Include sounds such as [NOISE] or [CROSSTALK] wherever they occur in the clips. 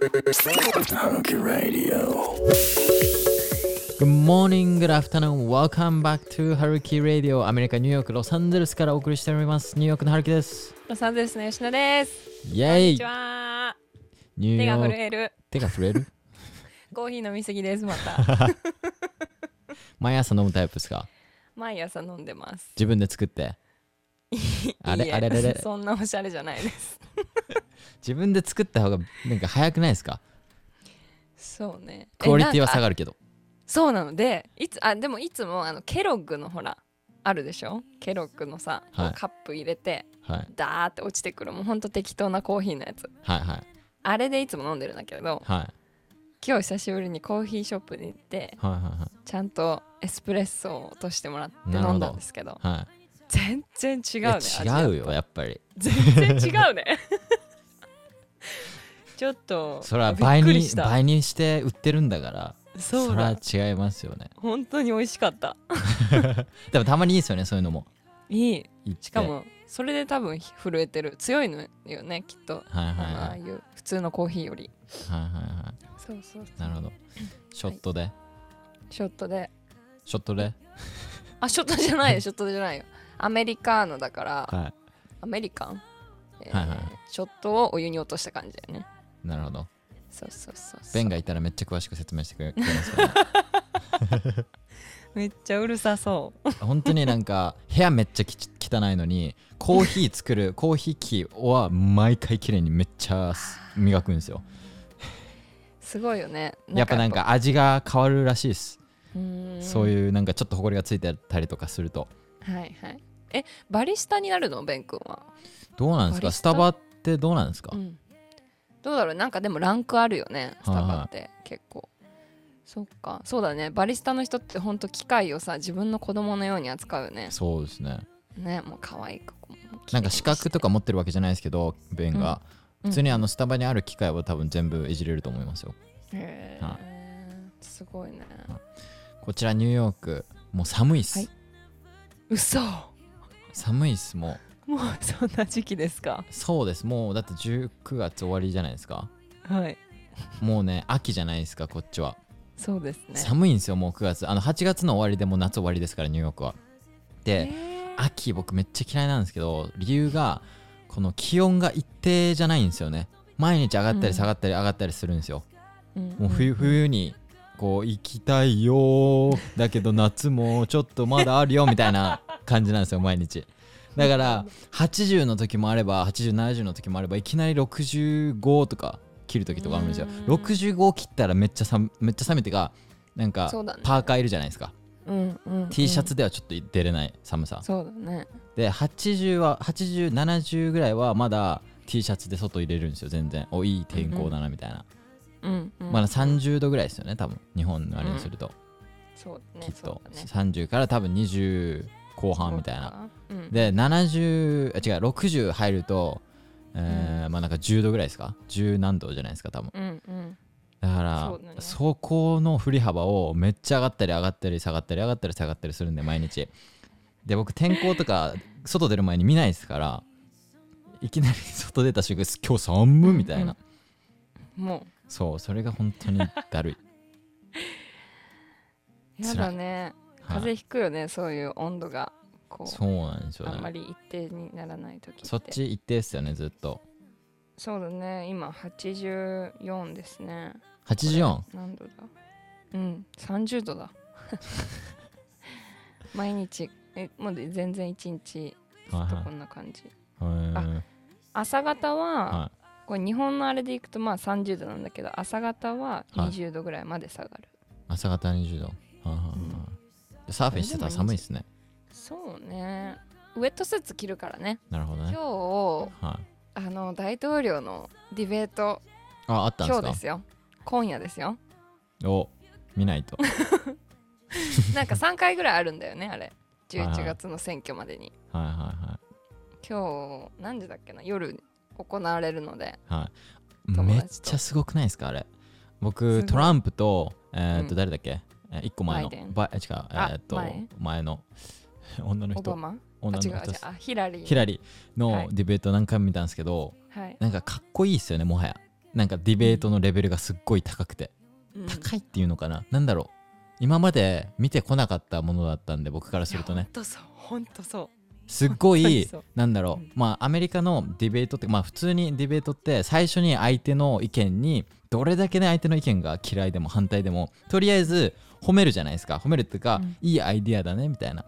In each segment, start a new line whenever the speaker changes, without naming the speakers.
Hunky Radio.
Good morning, good afternoon, welcome back to Haruki Radio アメリカ・ニューヨーク・ロサンゼルスからお送りしておりますニューヨークのハルキです
ロサンゼルスの吉野です。
イ
こん
ェ
に
イ
ちは。
ニュー
手が
ヨ
震
ーク
える。
手が震える [LAUGHS]
コーヒー飲みすぎです。また。
毎朝飲むタイプですか
毎朝飲んでます。 [LAUGHS]
自分で作ってあれ
いいえ
あれれれ
[LAUGHS] そんなおしゃれじゃないです。
自分で作った方がなんか早くないですか
そうね。
クオリティは下
る。
がるけど
そうなので、いつあでもいつもあのケロッグのほらあるでしょ。ケロッグのさ、
はい
カップ入れて
はい
ダーって落ちてくるもう本当適当なコーヒーのやつ。
はいはい
あれでいつも飲んでるんだけど、
はいはい
今日久しぶりにコーヒーショップに行って
は
ちゃんとエスプレッソを落としてもらって
なる
飲
ほど
んだんですけど、
いはい
全然違う
い
ね
や。
味が
違うよやっぱり
全然違
[LAUGHS]
うねちょっと
それは
びっ
倍
くり
に
した
倍にして売ってるんだからそ
そ
うれ
だ
は違いますよね
本当に美味しかった
でもたまにいいですよねそういうのも
いい
行って
しかもそれで多分震えてる強いのよねきっと、
はいはいはい
ああいう普通のコーヒーより
はいはいはい
そうそう
なるほど。ショットで、
ショットで
ショットで、
あショットじゃないよショットじゃないよアメリカーノだから
は
アメリカン、えー
はいはい
ショットをお湯に落とした感じだよね
い。なるほど。
そうそうそうそう
ベンがいたらめっちゃ詳しく説明してくれくれますから、ね。
めっちゃうるさそう
本当になんか部屋めっちゃきち汚いのに、コーヒー作る [LAUGHS] コーヒー機は毎回綺麗にめっちゃ磨くんですよ。
すごいよね
やっぱなんか味が変わるらしいです。そう
う
いうなんかちょっと埃がついてたりとかすると。
ーんはいはいえバリスタになるのベン君は
どうなんです
バ
か
リス
ス
タ
タバってどうなんですか、
うん、どうだろうなんかでもランクあるよねスタバって結構、そっかそうだねバリスタの人ってほんと機械をさ自分の子供のように扱うよね
そうですね。
ねもう可愛くこう
なんか資格とか持ってるわけじゃないですけど、ベンが。
うん
普通にあのスタバにある機械は多分全部いじれると思いますよ。
へ
は
えすごいね
こちらニューヨークもう寒いっす、
はい嘘
寒いっすも
もうそんな時期ですか
うそうですもうだって19月終わりじゃないですか
はい
もうね秋じゃないですかこっちは、
そうですね
寒いんですよもう9月あの8月の終わりでもう夏終わりですからニューヨークはで
へー
秋僕めっちゃ嫌いなんですけど理由がこの気温が一定じゃないんですよね毎日上がったり下がったり上がったりするんですよ、
うん
もう冬冬にこう行きたいよーだけど夏もちょっとまだあるよみたいな感じなんですよ毎
[LAUGHS]
日だから80の時もあれば8070の時もあればいきなり65とか切る時とかあるんですよ
うん
65切ったらめっちゃ寒めっちゃ寒いっていうかなんか
そうだね
パーカーいるじゃないですか、
うんうんうん
T シャツではちょっと出れない寒さ
そうだね
で80は8070ぐらいはまだ T シャツで外入れるんですよ全然おいい天候だなみたいな、
うん、うん、
まだ30度ぐらいですよね多分日本のあれにすると、
そうだね
きっと、
そうだね
30から多分20後半みたいな
そうかうん
で70あ違う60入ると、えーまあなんか10度ぐらいですか10何度じゃないですか多分
うんうん
だか
そ
ら
う
そ,、
だね
この振り幅をめっちゃ上がったり上がったり下がったり上がったり下がったりするんで毎日で僕天候とか外出る前に見ないですからいきなり外出た瞬間今日寒っみたいな、
うんうんもう
そうそれが本当にだるい、
やだね。
はい
風邪ひくよね、そういう温度が。こう、
そうなんですよ
あんま
ね
り一定にならない時って。
そっち一定ですよねずっと
そうだね、今84ですね。
84
何度だうん、30
[LAUGHS]
度だ。毎日、えもう全然一日、ずっとこんな感じ。
は
朝方
い。
は、
は
これ日本のあれでいくとまあ30度なんだけど、朝方は20度ぐらいまで下がる。
い。朝方20度。はいはいはいサーフィンしてたら寒いですね。
そうね。ウェットスーツ着るからね。
なるほど
今
ね。
日、
はい。
あの大統領のディベート
あ、あったんです
今日
か
ですよ今夜で
[LAUGHS]
すよ
お、見ない
[LAUGHS]
と。
なんか3回ぐらいあるんだよねあれ
はいはい
11月の選挙までに
はいはいは
今日何時だっけな夜行われるので
い。はい。め
友
っ
達と
ちゃすごくないですかあれ。
す
僕、
ごい
トランプと、えーっ
う
と、
ん
誰だっけえ一個前の
バイデ。ン
ば違う。えーっと
前、
前の [LAUGHS] 女の
オバ
人。
マあ
女の
違う違う
人。
あヒラリー
ヒラリー
は
の
い
ディベート何回も見たんですけど、
はい
なんかかっこいいですよね、もはや。なんかディベートのレベルがすっごい高くて
うん
高いっていうのかななんだろう今まで見てこなかったものだったんで僕からすると
いや
ね
ほんとそうほんとそ
すっご
本当に
い
そう
なんだろうまあアメリカのディベートってまあ普通にディベートって最初に相手の意見にどれだけね相手の意見が嫌いでも反対でもとりあえず褒めるじゃないですか褒めるっていうか、
うん
いいアイディアだねみたいな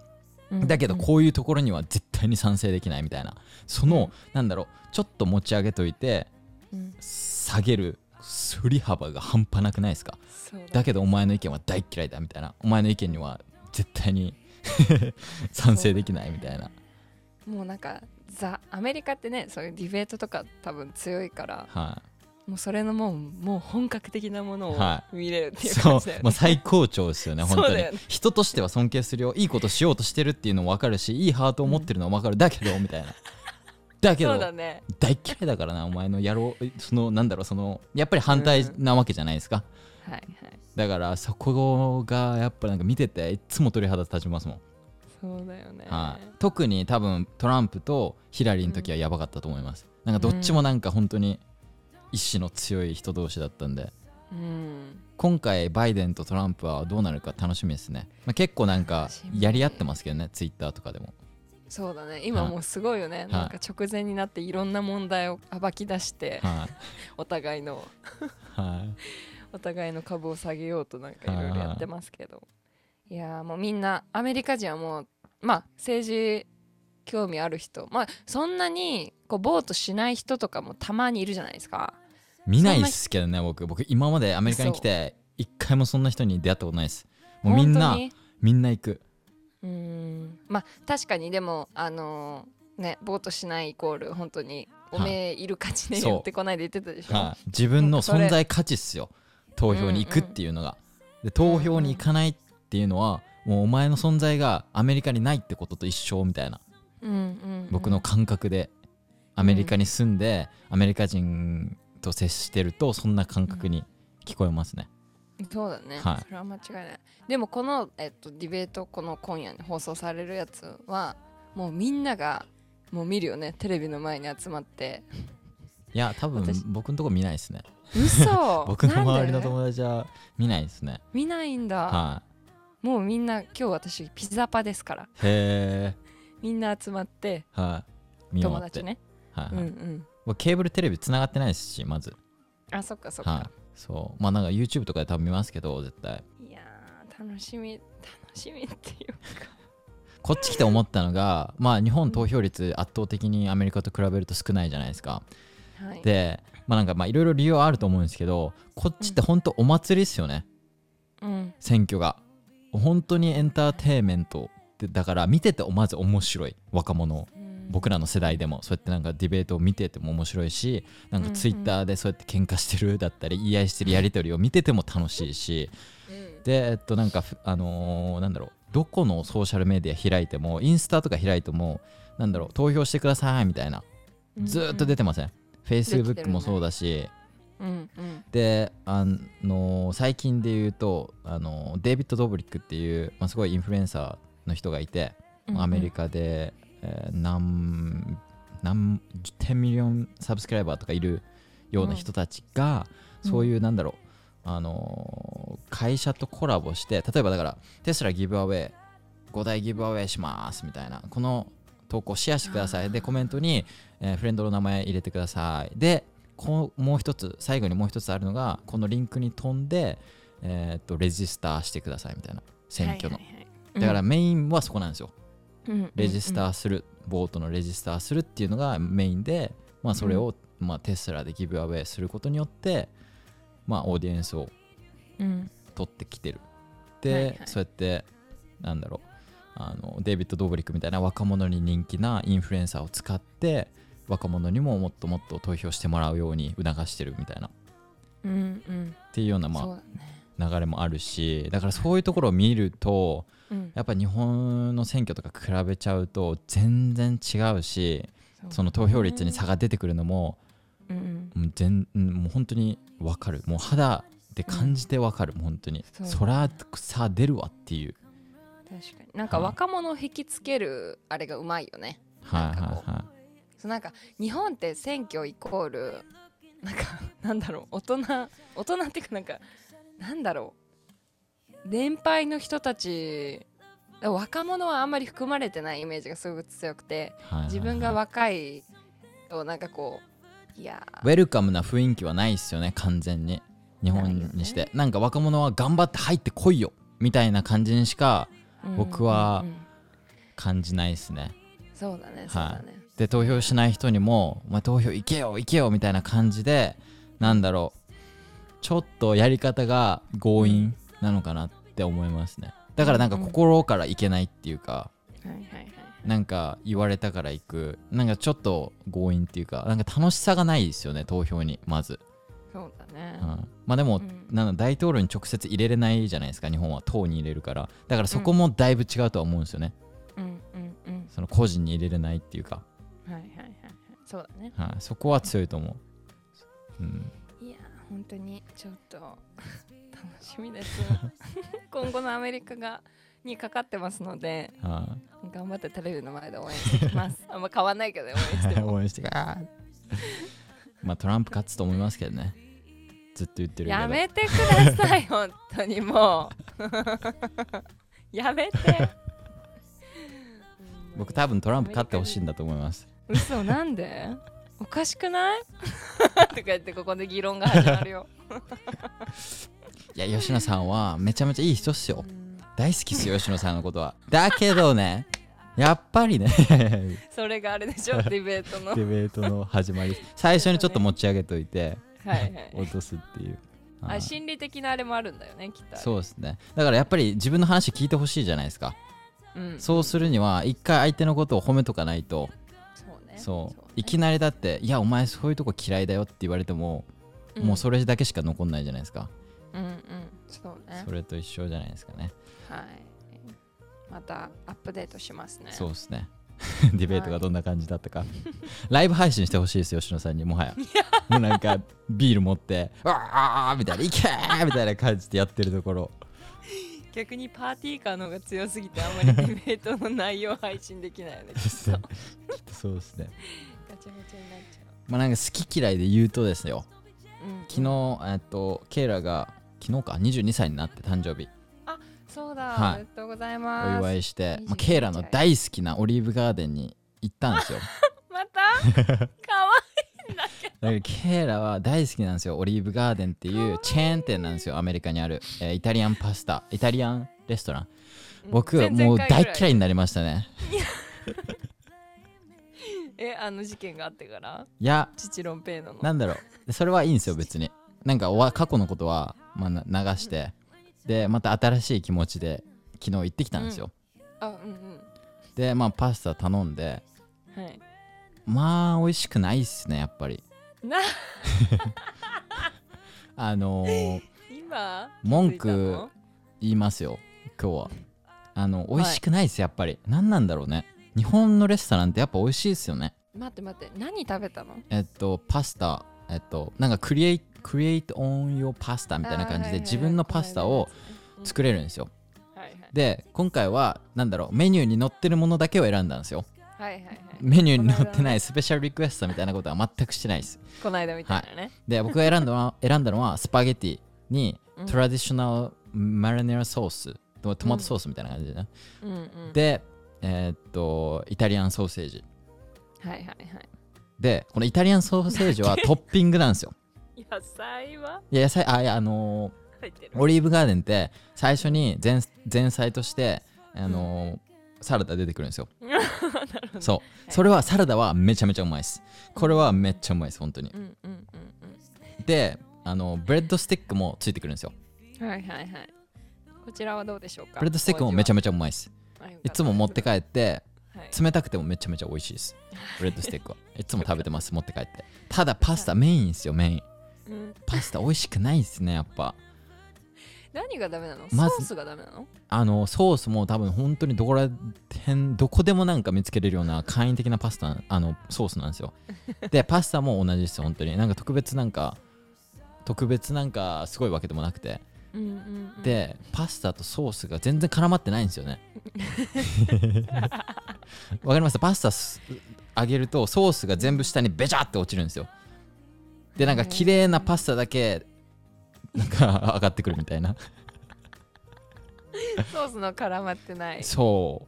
う、
だけどこういうところには絶対に賛成できないみたいなそのなんだろうちょっと持ち上げといて
うん、うん
下げる振り幅が半端なくないですか
そう
だけどお前の意見は大嫌いだみたいなお前の意見には絶対に [LAUGHS] 賛成できないみたいな
もうなんかザアメリカってねそういうディベートとか多分強いから
は
もうそれのもうもう本格的なもの
は
を見れるっ
い
ていう
そ
感
う
じだよね、
もう最高潮ですよね本当
そう
に
だよね
人としては尊敬するよいいことしようとしてるっていうのも分かるしいいハートを持ってるのも分かるだけどみた
[LAUGHS]
いなだけ
そ
ど
うだね
大嫌いだからなお前の野郎そのなんだろうそのやっぱり反対なわけじゃないですか、
はいはい
だからそこがやっぱなんか見てていつも鳥肌立ちますもん、
そうだよね、
はい、特に多分トランプとヒラリーの時はやばかったと思います、なんかどっちもなんか本当に意志の強い人同士だったんで
うん
今回バイデンとトランプはどうなるか楽しみですね、まあ、結構なんか
楽しみ
やり合ってますけどねツイッターとかで
[LAUGHS]
も
そうだね今
はい
もうすごいよね、
い
なんか直前になっていろんな問題を暴き出して、
はい、
お互いの
はい、
お互いの株を下げようとなんかいろいろやってますけどいやーもうみんなアメリカ人はもうまあ政治興味ある人まあそんなにこうボートしない人とかもたまにいるじゃないですか
見ないっすけどね僕僕今までアメリカに来て一回もそんな人に出会ったことないですもうみんな
本当に
みんな行く
うーんまあ確かにでもあのーねボートしないイコール本当におめえいる価値ね
そう
やってこないで言ってたでしょ、
はい自分の存在価値っすよ投票に行くっていうのが、で投票に行かないっていうのはもうお前の存在がアメリカにないってことと一緒みたいな
うんうんうん
僕の感覚でアメリカに住んでアメリカ人と接してるとそんな感覚に聞こえますね、
そうだね、
はい
それは間違いないでもこの、えっと、ディベートこの今夜に放送されるやつはもうみんながもう見るよねテレビの前に集
[LAUGHS]
まって
いや多分
私
僕のとこ見ないですね
嘘
僕の周りの
なんで
友達は見ないですね
見ないんだ、
は
もうみんな今日私ピザパですから
いへえ
みんな集まって
はい見
友
守って
達ね
はい
うん
は
う
い
ん
僕ケーブルテレビ繋がってないですしまず
あそっかそっ
は
か、
い、そうまあなんか YouTube とかで多分見ますけど絶対
い、やー楽しみ楽しみっていうか
こっち来て思ったのがまあ日本投票率圧倒的にアメリカと比べると少ないじゃないですか
はい
でまあなんかまあいろいろ理由はあると思うんですけどこっちって本当お祭りっすよね
うん
選挙が本当にエンターテインメントでだから見ててまず面白い若者を
うん
僕らの世代でもそうやってなんかディベートを見てても面白いしなんかツイッターでそうやって喧嘩してるだったり言い合いしてるやり取りを見てても楽しいし
うん
でえっとなんかふあのーなんだろうどこのソーシャルメディア開いてもインスタとか開いてもなんだろう投票してくださいみたいなずーっと出てません、
出てる
Facebook
ね
もそうだし
うんうん
であのー最近で言うと、あのーデイビッド・ドブリックっていう、まあ、すごいインフルエンサーの人がいて、
うん
アメリカで、えー何何10ミリオンサブスクライバーとかいるような人たちが、
うん
そういうなんだろう、あのー会社とコラボして例えばだからテスラギブアウェイ5台ギブアウェイしますみたいなこの投稿シェアしてくださいでコメントに、えーフレンドの名前入れてくださいでこうもう一つ最後にもう一つあるのがこのリンクに飛んで、えーっとレジスターしてくださいみたいな選挙の、
はいはいはい
だからメインはそこなんですよ
うん
レジスターする、ボートのレジスターするっていうのがメインで、まあ、それを、まあ、テスラでギブアウェイすることによって、まあ、オーディエンスを
うんうん
取ってきてるで、
はいはい
そうやってなんだろうあのデイビッド・ドーブリックみたいな若者に人気なインフルエンサーを使って若者にももっともっと投票してもらうように促してるみたいなっ
うんうん
ていうような、
そう
ま
だね
あ、流れもあるしだからそういうところを見ると
うん
やっぱ日本の選挙とか比べちゃうと全然違うしその投票率に差が出てくるのも
うんうん
もう全うんもう本当に分かるもう肌で感じて分かる、もう本当に
そう
そら差出るわっていう
確かになんか
はい
若者を引きつけるあれがうまいよね
はい
なんか
は
こ
いは
そうなんか日本って選挙イコールなんかなんだろう大人大人っていうかなんかなんだろう年配の人たち若者はあんまり含まれてないイメージがすごく強くて
はい
自分が
はいはい
若いとなんかこういや
ウェルカムな雰囲気はないっすよね完全に日
ないよ
本
ね
にしてなんか若者は頑張って入ってこいよみたいな感じにしか
ーうん
僕は
うんうん
感じないっすね
そうだねそうだね、
で投票しない人にも「お前投票行けよ行けよ」みたいな感じでなんだろうちょっとやり方が強引なのかなって思いますねだからなんか
うんうん
心からいけないっていうか
はいはいはい
なんか言われたから行くなんかちょっと強引っていうかなんか楽しさがないですよね投票にまず、
そうだ
う
ね
ん、まあでも、
うん
なんだ大統領に直接入れれないじゃないですか日本は党に入れるからだからそこもだいぶ違うとは思うんですよね、
うんうんうん
その個人に入れれないっていうか、
はいはいはいはいそうだね
はい、そこは強いと思う、うん、
いや本当にちょっと楽しみです [LAUGHS] 今後のアメリカがにかかってますので
は
頑張ってテレビの前で応援してきます [LAUGHS] あんま変わんないけど応援して
い、[LAUGHS]
も
応援してかまあトランプ勝つと思いますけどねずっと言ってるけど
やめてください本当にもうやめて
僕多分トランプ勝ってほしいんだと思います
嘘なんでおかしくない [LAUGHS] とか言ってここで議論が始まるよ
いや吉野さんはめちゃめちゃいい人っすよ大好きっすよ吉野さんのことはだけど [LAUGHS] ねやっぱりね
それがあれでしょディベートのは
デベートの始まり最初にちょっと持ち上げといて
いはい
落とすっていうは
あ
い
心理的なあれもあるんだよねきっとあれ
そうですねだからやっぱり自分の話聞いてほしいじゃないですか
うん
そうするには一回相手のことを褒めとかないと
そうね
そう
ね
いきなりだって「いやお前そういうとこ嫌いだよ」って言われても、
ん
もうそれだけしか残んないじゃないですか
うんうんそうね
それと一緒じゃないですかね
はいまたアップデートしますね
そうですねディベートがどんな感じだったか、ライブ配信してほしいですよ吉野さんにもはやもうなんかビール持って「わあ!」みたいな「いけー!」みたいな感じでやってるところ
逆にパーティーカーの方が強すぎてあんまりディベートの内容配信できない
[LAUGHS]
よね
ですねきっとそうですね
ガチャガチャになっちゃ
まあなんか好き嫌いで言うとですよ
う、うん、
昨日えっとケイラが昨日か22歳になって誕生日
そうだ、
はい
おめでとうござい
お
ます
祝いして、まあ、
22
ケイラの大好きなオリーブガーデンに行ったんですよ
ま
[LAUGHS]
たかわいいんだけど
だからケイラは大好きなんですよオリーブガーデンっていうチェーン店なんですよアメリカにある、えーイタリアンパスタイタリアンレストラン僕は
前々
もう
回ぐ
大
ら
嫌いになりましたね
えあの事件があってから
いや
父ロンペイノの
なんだろうそれはいいんですよ別になんかおわ過去のことは、まあ、な流してでまた新しい気持ちで昨日行ってきたんですよ、
あうん
でまあパスタ頼んで
うんはい
まあ美味しくないっすねやっぱり
な
あのー
今
文
気づいた
句
の
言いますよ今日はあの美味しくないっすやっぱり何なんだろうね日本のレストランってやっぱ美味しいっすよね
待って待って何食べたの
えっとパスタえっとなんかクリエイクリエイトオン用パスタみたいな感じで自分のパスタを作れるんですよ
はいはい
で今回はなんだろうメニューに載ってるものだけを選んだんですよ
はいはいはい
メニューに載ってないスペシャルリクエストみたいなことは全くしてないです
この間みたいなね
で僕が選んだのは選んだのはスパゲティに
うん
トラディショナルマリネラソーストトマトソースみたいな感じでね、
うんうん
でえーっとイタリアンソーセージ
はいはいはい
でこのイタリアンソーセージはトッピングなんですよ
野菜はい
や野菜あいやあのー
入ってる [LAUGHS]
オリーブガーデンって最初に前前菜として、あのーサラダ出てくるんですよ。そう、それはサラダはめちゃめちゃうまいです。これはめっちゃうまいです本当に
う。んうんうん
であのブレッドスティックもついてくるんですよ。
うんはいはいはいこちらはどうでしょうか
ブレッドスティックもめちゃ
め
めちゃうまいです。
ち
いつも持って帰って
はい
冷たくてもめちゃめちゃ美味しいです。ブレッドスティックはいつも食べてます持って帰って。ただパスタメインですよメイン。
うん
パスタ美味しくないですねやっぱ。
何がダメなの
まず
ソースがダメなの
あのソースも多分本当にどこら辺どこでもなんか見つけれるような簡易的なパスタあのソースなんですよでパスタも同じですよ本当になんか特別なんか特別なんかすごいわけでもなくて
うんうんうん
でパスタとソースが全然絡まってないんですよねわかりますパスタす揚げるとソースが全部下にベチャって落ちるんですよでなんか綺麗なパスタだけなんか上がってくるみたいな
ソースの絡まってない
そ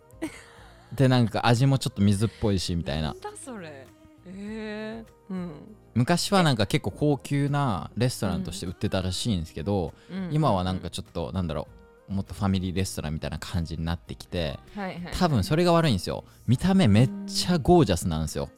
うでなんか味もちょっと水っぽいしみたいなん
だそれえー、うん、
昔はなんか結構高級なレストランとして売ってたらしいんですけど、
うん
今はなんかちょっとなんだろうもっとファミリーレストランみたいな感じになってきて
はいはい
多分それが悪いんですよ見た目めっちゃゴージャスなんですよ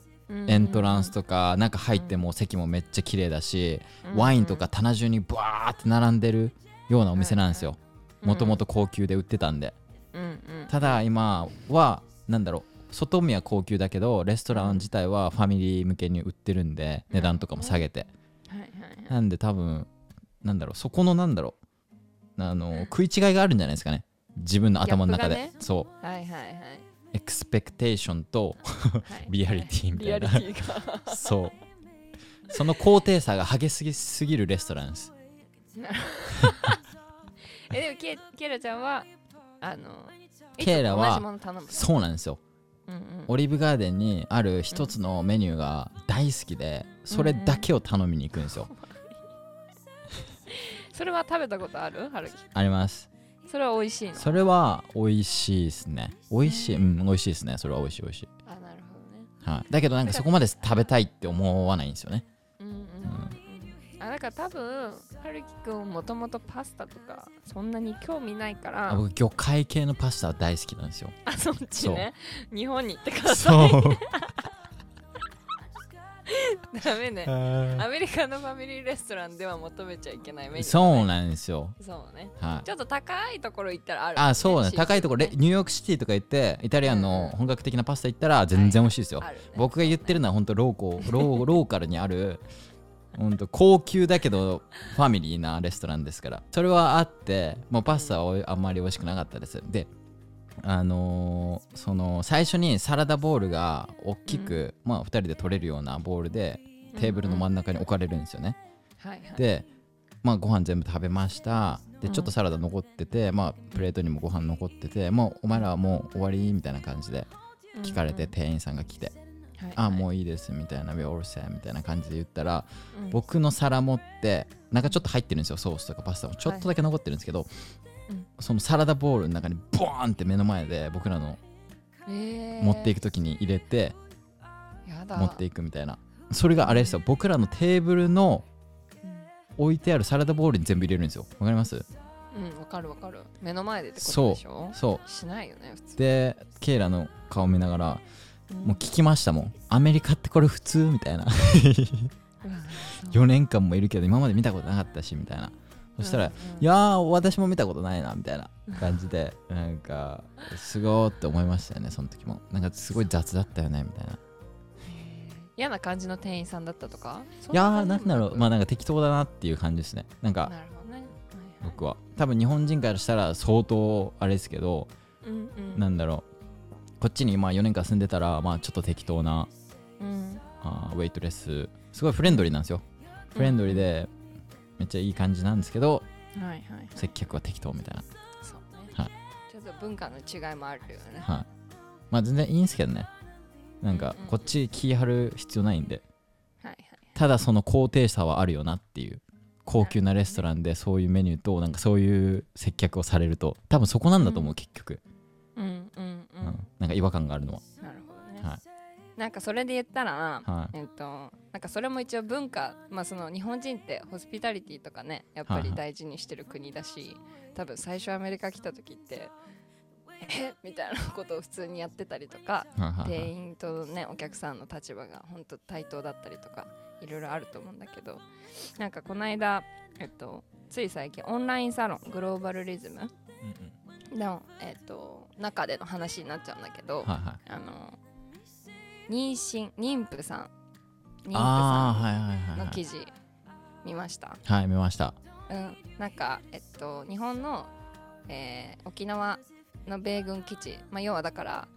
エントランスとか中入ってもう席もめっちゃ綺麗だしワインとか棚中にバーって並んでるようなお店なんですよもとも
と
と高級で売ってたんで
うんうん
ただ今はなんだろう外見は高級だけどレストラン自体はファミリー向けに売ってるんで値段とかも下げて
はいはいはい
なんで多分なんだろうそこのなんだろうあの食い違いがあるんじゃないですかね自分の頭の中で、
ギャップがね
そ
はいはいはいはいう
エクスペクテーションとリアリティみ
リ
た
ア
い
リ
な
ティ
[LAUGHS]
が
そうその高低差が激しすぎるレストランです
えでもケケイラちゃんはあの
ケイラはい
つも同じもの頼む
そうなんですよ
うんうん
オリーブガーデンにある一つのメニューが大好きでそれだけを頼みに行くんですよ
それは食べたことある春樹
あります
それは美味しいの
それは美味しいですね美味しいうん美味しいですねそれは美味しい美味しい、
あなるほどね
はい、だけどなんかそこまで食べたいって思わないんですよね
うんうんうんあだから多分はるきくんもともとパスタとかそんなに興味ないか
あ
ら
僕魚介系のパスタ大好きなんですよ
あそっちね日本に行ってくだ
[LAUGHS]
さ
そう
い [LAUGHS] ダメねアメリカのファミリーレストランでは求めちゃいけないメニュー
そう
ね
なんですよ
そうね
はい
ちょっと高いところ行ったらある
あそうね
シーフード
高いところレニューヨークシティとか行ってイタリアンの本格的なパスタ行ったら全然美味しいですよ、
あるね
僕が言ってるのは本当ロー [LAUGHS] コローローカルにある本当高級だけどファミリーなレストランですからそれはあってもうパスタはあんまり美味しくなかったですであのーその最初にサラダボウルが大きく、まあ2人で取れるようなボウルでテーブルの真ん中に置かれるんですよね、
はいはい
で、まあ、ご飯全部食べましたで
うん
ちょっとサラダ残ってて、まあ、プレートにもご飯残っててもうお前らはもう終わりみたいな感じで聞かれて、店員さんが来て
うんうん
「あも
う
ういいです」みたいな「We all set」みたいな感じで言ったら
んうん
僕の皿持ってなんかちょっと入ってるんですよソースとかパスタもちょっとだけ残ってるんですけど、
うん
そのサラダボウルの中にボーンって目の前で僕らの
えー
持っていく時に入れて
やだ
持っていくみたいなそれがあれですよ僕らのテーブルの置いてあるサラダボウルに全部入れるんですよわかります
うんわかるわかる目の前でってことでしょ
そう
しないよね普通
でケイラの顔見ながらもう聞きましたもんアメリカってこれ普通みたいな [LAUGHS]
うんうわそう
4年間もいるけど今まで見たことなかったしみたいなそしたら、
うんうん
いやー私も見たことないなみたいな感じ
[LAUGHS]
でなんかすごーって思いましたよねその時もなんかすごい雑だったよねみたいな
嫌な感じの店員さんだったとかい
いやーなんだろうまあなんか適当だなっていう感じですねなんか
なるほどね、はいはい
僕は多分日本人からしたら相当あれですけど
うんうん
なんだろうこっちにまあ4年間住んでたらまあちょっと適当な
うん
あーウェイトレスすごいフレンドリーなんですよフレンドリーでめっちゃいい感じなんですけど
はいはいはい
接客は適当みたいな、
そうね、
はい
ちょっと文化の違いもあるよね
はい、まあ全然いいんですけどねなんか
うんうん
こっち気張る必要ないんで
はいはい
ただその高低差はあるよなっていう高級なレストランでそういうメニューとなんかそういう接客をされると多分そこなんだと思う、
う
結局、
うんうんう、
うんん、なんか違和感があるのは、
なるほどね、
は
なんかそれで言ったら
はい
えっとなんかそれも一応文化まあその日本人ってホスピタリティとかねやっぱ
はい
り
はい
大事にしてる国だし、多分最初アメリカ来た時ってえみたいなことを普通にやってたりとか
はいはいはい
店員とねお客さんの立場が本当対等だったりとかいろいろあると思うんだけどなんかこの間、えっと、つい最近オンラインサロングローバルリズム
うん
の、えっと、中での話になっちゃうんだけど、
うんはいはい
あの妊娠妊婦さん妊婦
ああ
さ
はいはい
ん
は
の
い
記事見ました、
はいはい見ました
うん、なんか、えっと、日本の、えー沖縄の米軍基地、まあ、要はだから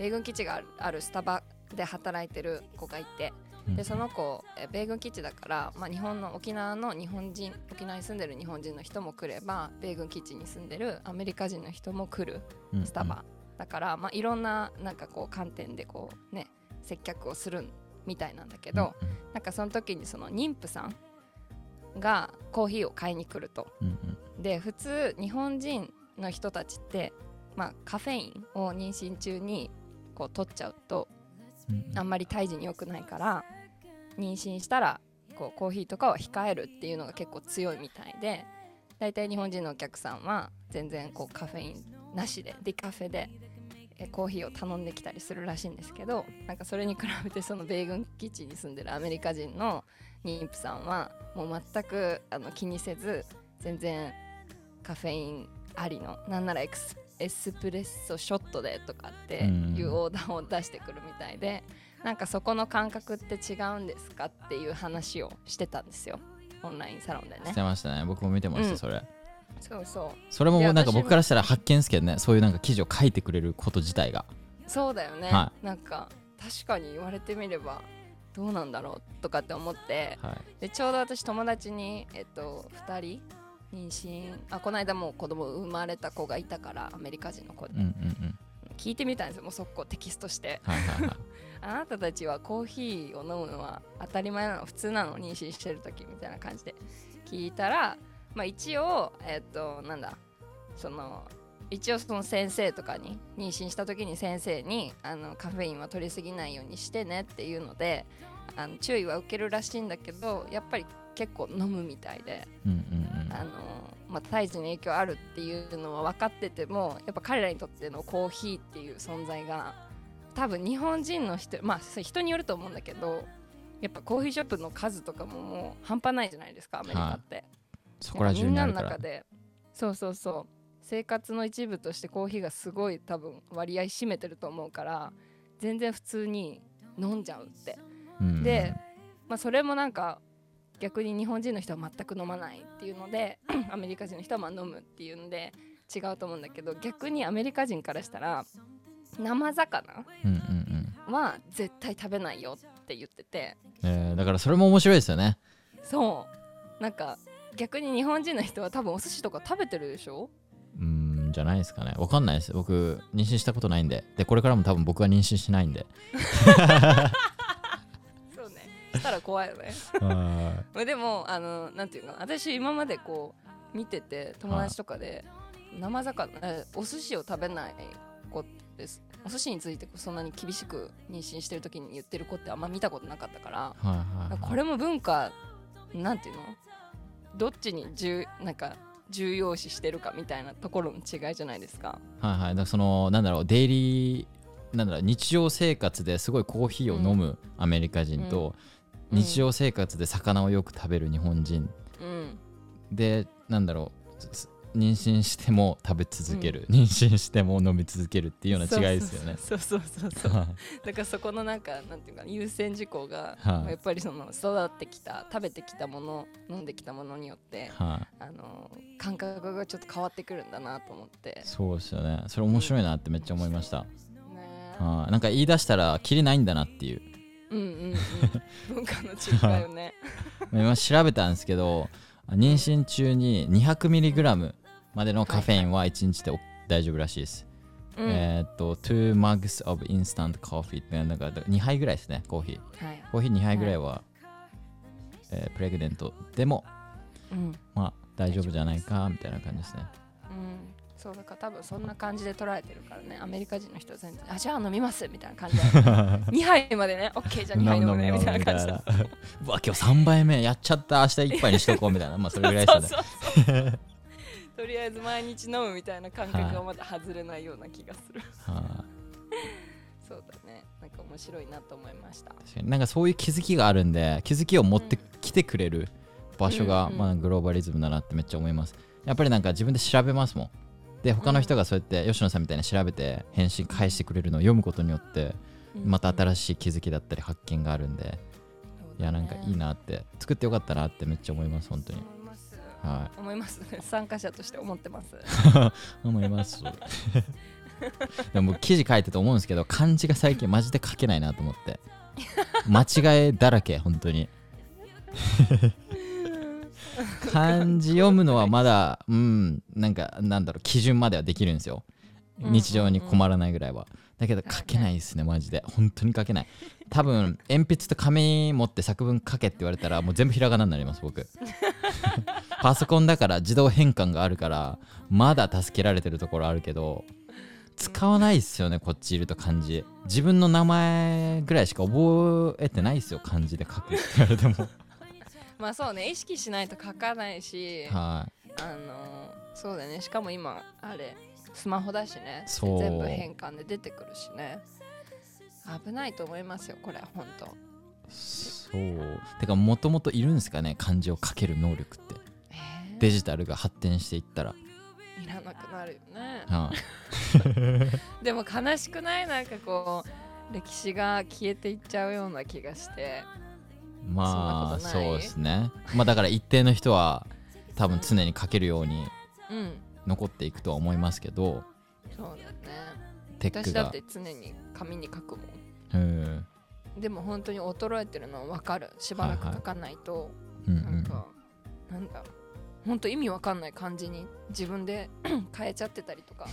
米軍基地があるあるスタバで働いてる子がいてでその子、えー米軍基地だから、まあ、日本の沖縄の日本人沖縄に住んでる日本人の人も来れば米軍基地に住んでるアメリカ人の人も来るスタバ、だから、まあ、いろんななんかこう観点でこうね接客をするんみたいなんだけど、なんかその時にその妊婦さんがコーヒーを買いに来ると
うんうん
で普通日本人の人たちって、まあ、カフェインを妊娠中にこう取っちゃうと
うんうん
あんまり胎児に良くないから妊娠したらこうコーヒーとかは控えるっていうのが結構強いみたいで大体日本人のお客さんは全然こうカフェインなしでデカフェでえコーヒーを頼んできたりするらしいんですけどなんかそれに比べてその米軍基地に住んでるアメリカ人の妊婦さんはもう全くあの気にせず全然カフェインありのなんならエクスエスプレッソショットでとかっていう
うん
オーダーを出してくるみたいでなんかそこの感覚って違うんですかっていう話をしてたんですよオンラインサロンで
し
ね
てましたね僕も見てました、
うん
それ
そうそ
それも
いや
なんか
私も
僕からしたら発見ですけどねそういうなんか記事を書いてくれること自体が
うそうだよね、
は
なんか確かに言われてみればどうなんだろうとかって思って
はい
でちょうど私友達に、えっと、2人妊娠あこの間もう子供生まれた子がいたからアメリカ人の子
うんうんうん
聞いてみたんですよもう速攻テキストして
はいはいはい
あなたたちはコーヒーを飲むのは当たり前なの普通なの妊娠してる時みたいな感じで聞いたら、まあ、一応えっ、となんだその一応その先生とかに妊娠した時に先生にあのカフェインは取りすぎないようにしてねっていうのであの注意は受けるらしいんだけどやっぱり結構飲むみたいで
うんうん [LAUGHS]
あのまあ、胎児に影響あるっていうのは分かっててもやっぱ彼らにとってのコーヒーっていう存在が多分日本人の人まあそれ人によると思うんだけどやっぱコーヒーショップの数とかももう半端ないじゃないですかアメリカって、
そこら中にあるか
みんなの
ら
中でそうそうそう生活の一部としてコーヒーがすごい多分割合占めてると思うから全然普通に飲んじゃうって
うんうん
で、まあ、それもなんか逆に日本人の人は全く飲まないっていうの [CLEARS THROAT] でアメリカ人の人はまあ飲むっていうので違うと思うんだけど逆にアメリカ人からしたら生魚
うんうんうん
は絶対食べないよって言ってて
えーだからそれも面白いですよね
そうなんか逆に日本人の人は多分お寿司とか食べてるでしょ
うーんじゃないですかねわかんないです僕妊娠したことないんででこれからも多分僕は妊娠しないんで
そうねしたら怖いよね
は
まあでもあのなんていうかな私今までこう見てて友達とかで生魚、えお寿司を食べない子ですお寿司についてそんなに厳しく妊娠してる時に言ってる子ってあんま見たことなかったから
いはいはい
これも文化なんていうのどっちに重なんか重要視してるかみたいなところの違いじゃないですか。
はいはいだからそのなんだろうデイリーなんだろう日常生活ですごいコーヒーを飲むアメリカ人と、
うん
日常生活で魚をよく食べる日本人
うん、
でなんだろうす妊娠しても食べ続ける、妊娠しても飲み続けるっていうような違いですよね。
そうそうそうそう
はい
だからそこのなんかなんていうか優先事項が、
はい
やっぱりその育ってきた食べてきたもの飲んできたものによって
はい
あの感覚がちょっと変わってくるんだなと思って
そうですよねそれ面白いなってめっちゃ思いました、
ね
はいなんか言い出したらキリないんだなって
[LAUGHS]
いう
うん
[LAUGHS]
うんうん文化の違いよね
今調べたんですけど妊娠中に 200mg までのカフェインは1日でお大丈夫らしいです、
うん、
えーっと2 mugs of instant coffee ってなんか2杯ぐらいですねコーヒー
はい、
コーヒー2杯ぐらいは、えープレグデントでも
うん
まあ大丈夫じゃないかみたいな感じですね
うん、そうだから多分そんな感じで捉えてるからねアメリカ人の人は全然あじゃあ飲みますみたいな感じ
[LAUGHS]
で2杯までね OK じゃあ2杯飲むねみたいな感じで
うわ今日3杯目やっちゃった明日1杯にしとこうみたいなまあそれぐらいですよね
[LAUGHS] そうそうそうとりあえず毎日飲むみたいな感覚がまだ外れないような気がする
はい
そうだねなんか面白いなと思いました
確かになんかそういう気づきがあるんで気づきを持ってきてくれる場所が、
うんうん
まあ、グローバリズムだなってめっちゃ思いますやっぱりなんか自分で調べますもんで他の人がそうやって吉野さんみたいに調べて返信返してくれるのを読むことによってまた
し
新しい気づきだったり発見があるんでいやなんかいいなって作ってよかったなってめっちゃ思います本当に
思います
は
思います [LAUGHS] 参加者として思っ
[LAUGHS]
てます
い思いますでも僕記事書いてて思うんですけど漢字が最近マジで書けないなと思って間違えだらけ本当に漢字読むのはまだうんなんかなんだろう基準まではできるんですよ
うん
日常に困らないぐらいは、だけど書けないですねマジで本当に書けない多分鉛筆と紙持って作文書けって言われたらもう全部ひらがなになります [LAUGHS] 僕パソコンだから自動変換があるからまだ助けられてるところあるけど使わないっすよねこっちいると漢字自分の名前ぐらいしか覚えてないっすよ漢字で書くって言われて [LAUGHS] も
まあそうね意識しないと書かないし、
はい
あのそうだねしかも今あれスマホだしね
そう
全部変換で出てくるしね危ないと思いますよこれ本当
そうてかもともといるんですかね漢字を書ける能力って
えー
デジタルが発展していったら、
いらなくなるよね
はい
でも悲しくないなんかこう歴史が消えていっちゃうような気がして
まあ
そんなことない
そうですねまあだから一定の人は多分常に書けるように
うん
残っていくとは思いますけど
そうだね
テック
私だ
が
って常に紙に書くも
うん
んでも本当に衰えてるのは分かるしばらく書かないと、
うんう
なん
ん
か、なんだろうほんと意味わかんない感じに自分で [COUGHS] 変えちゃってたり [LAUGHS] とか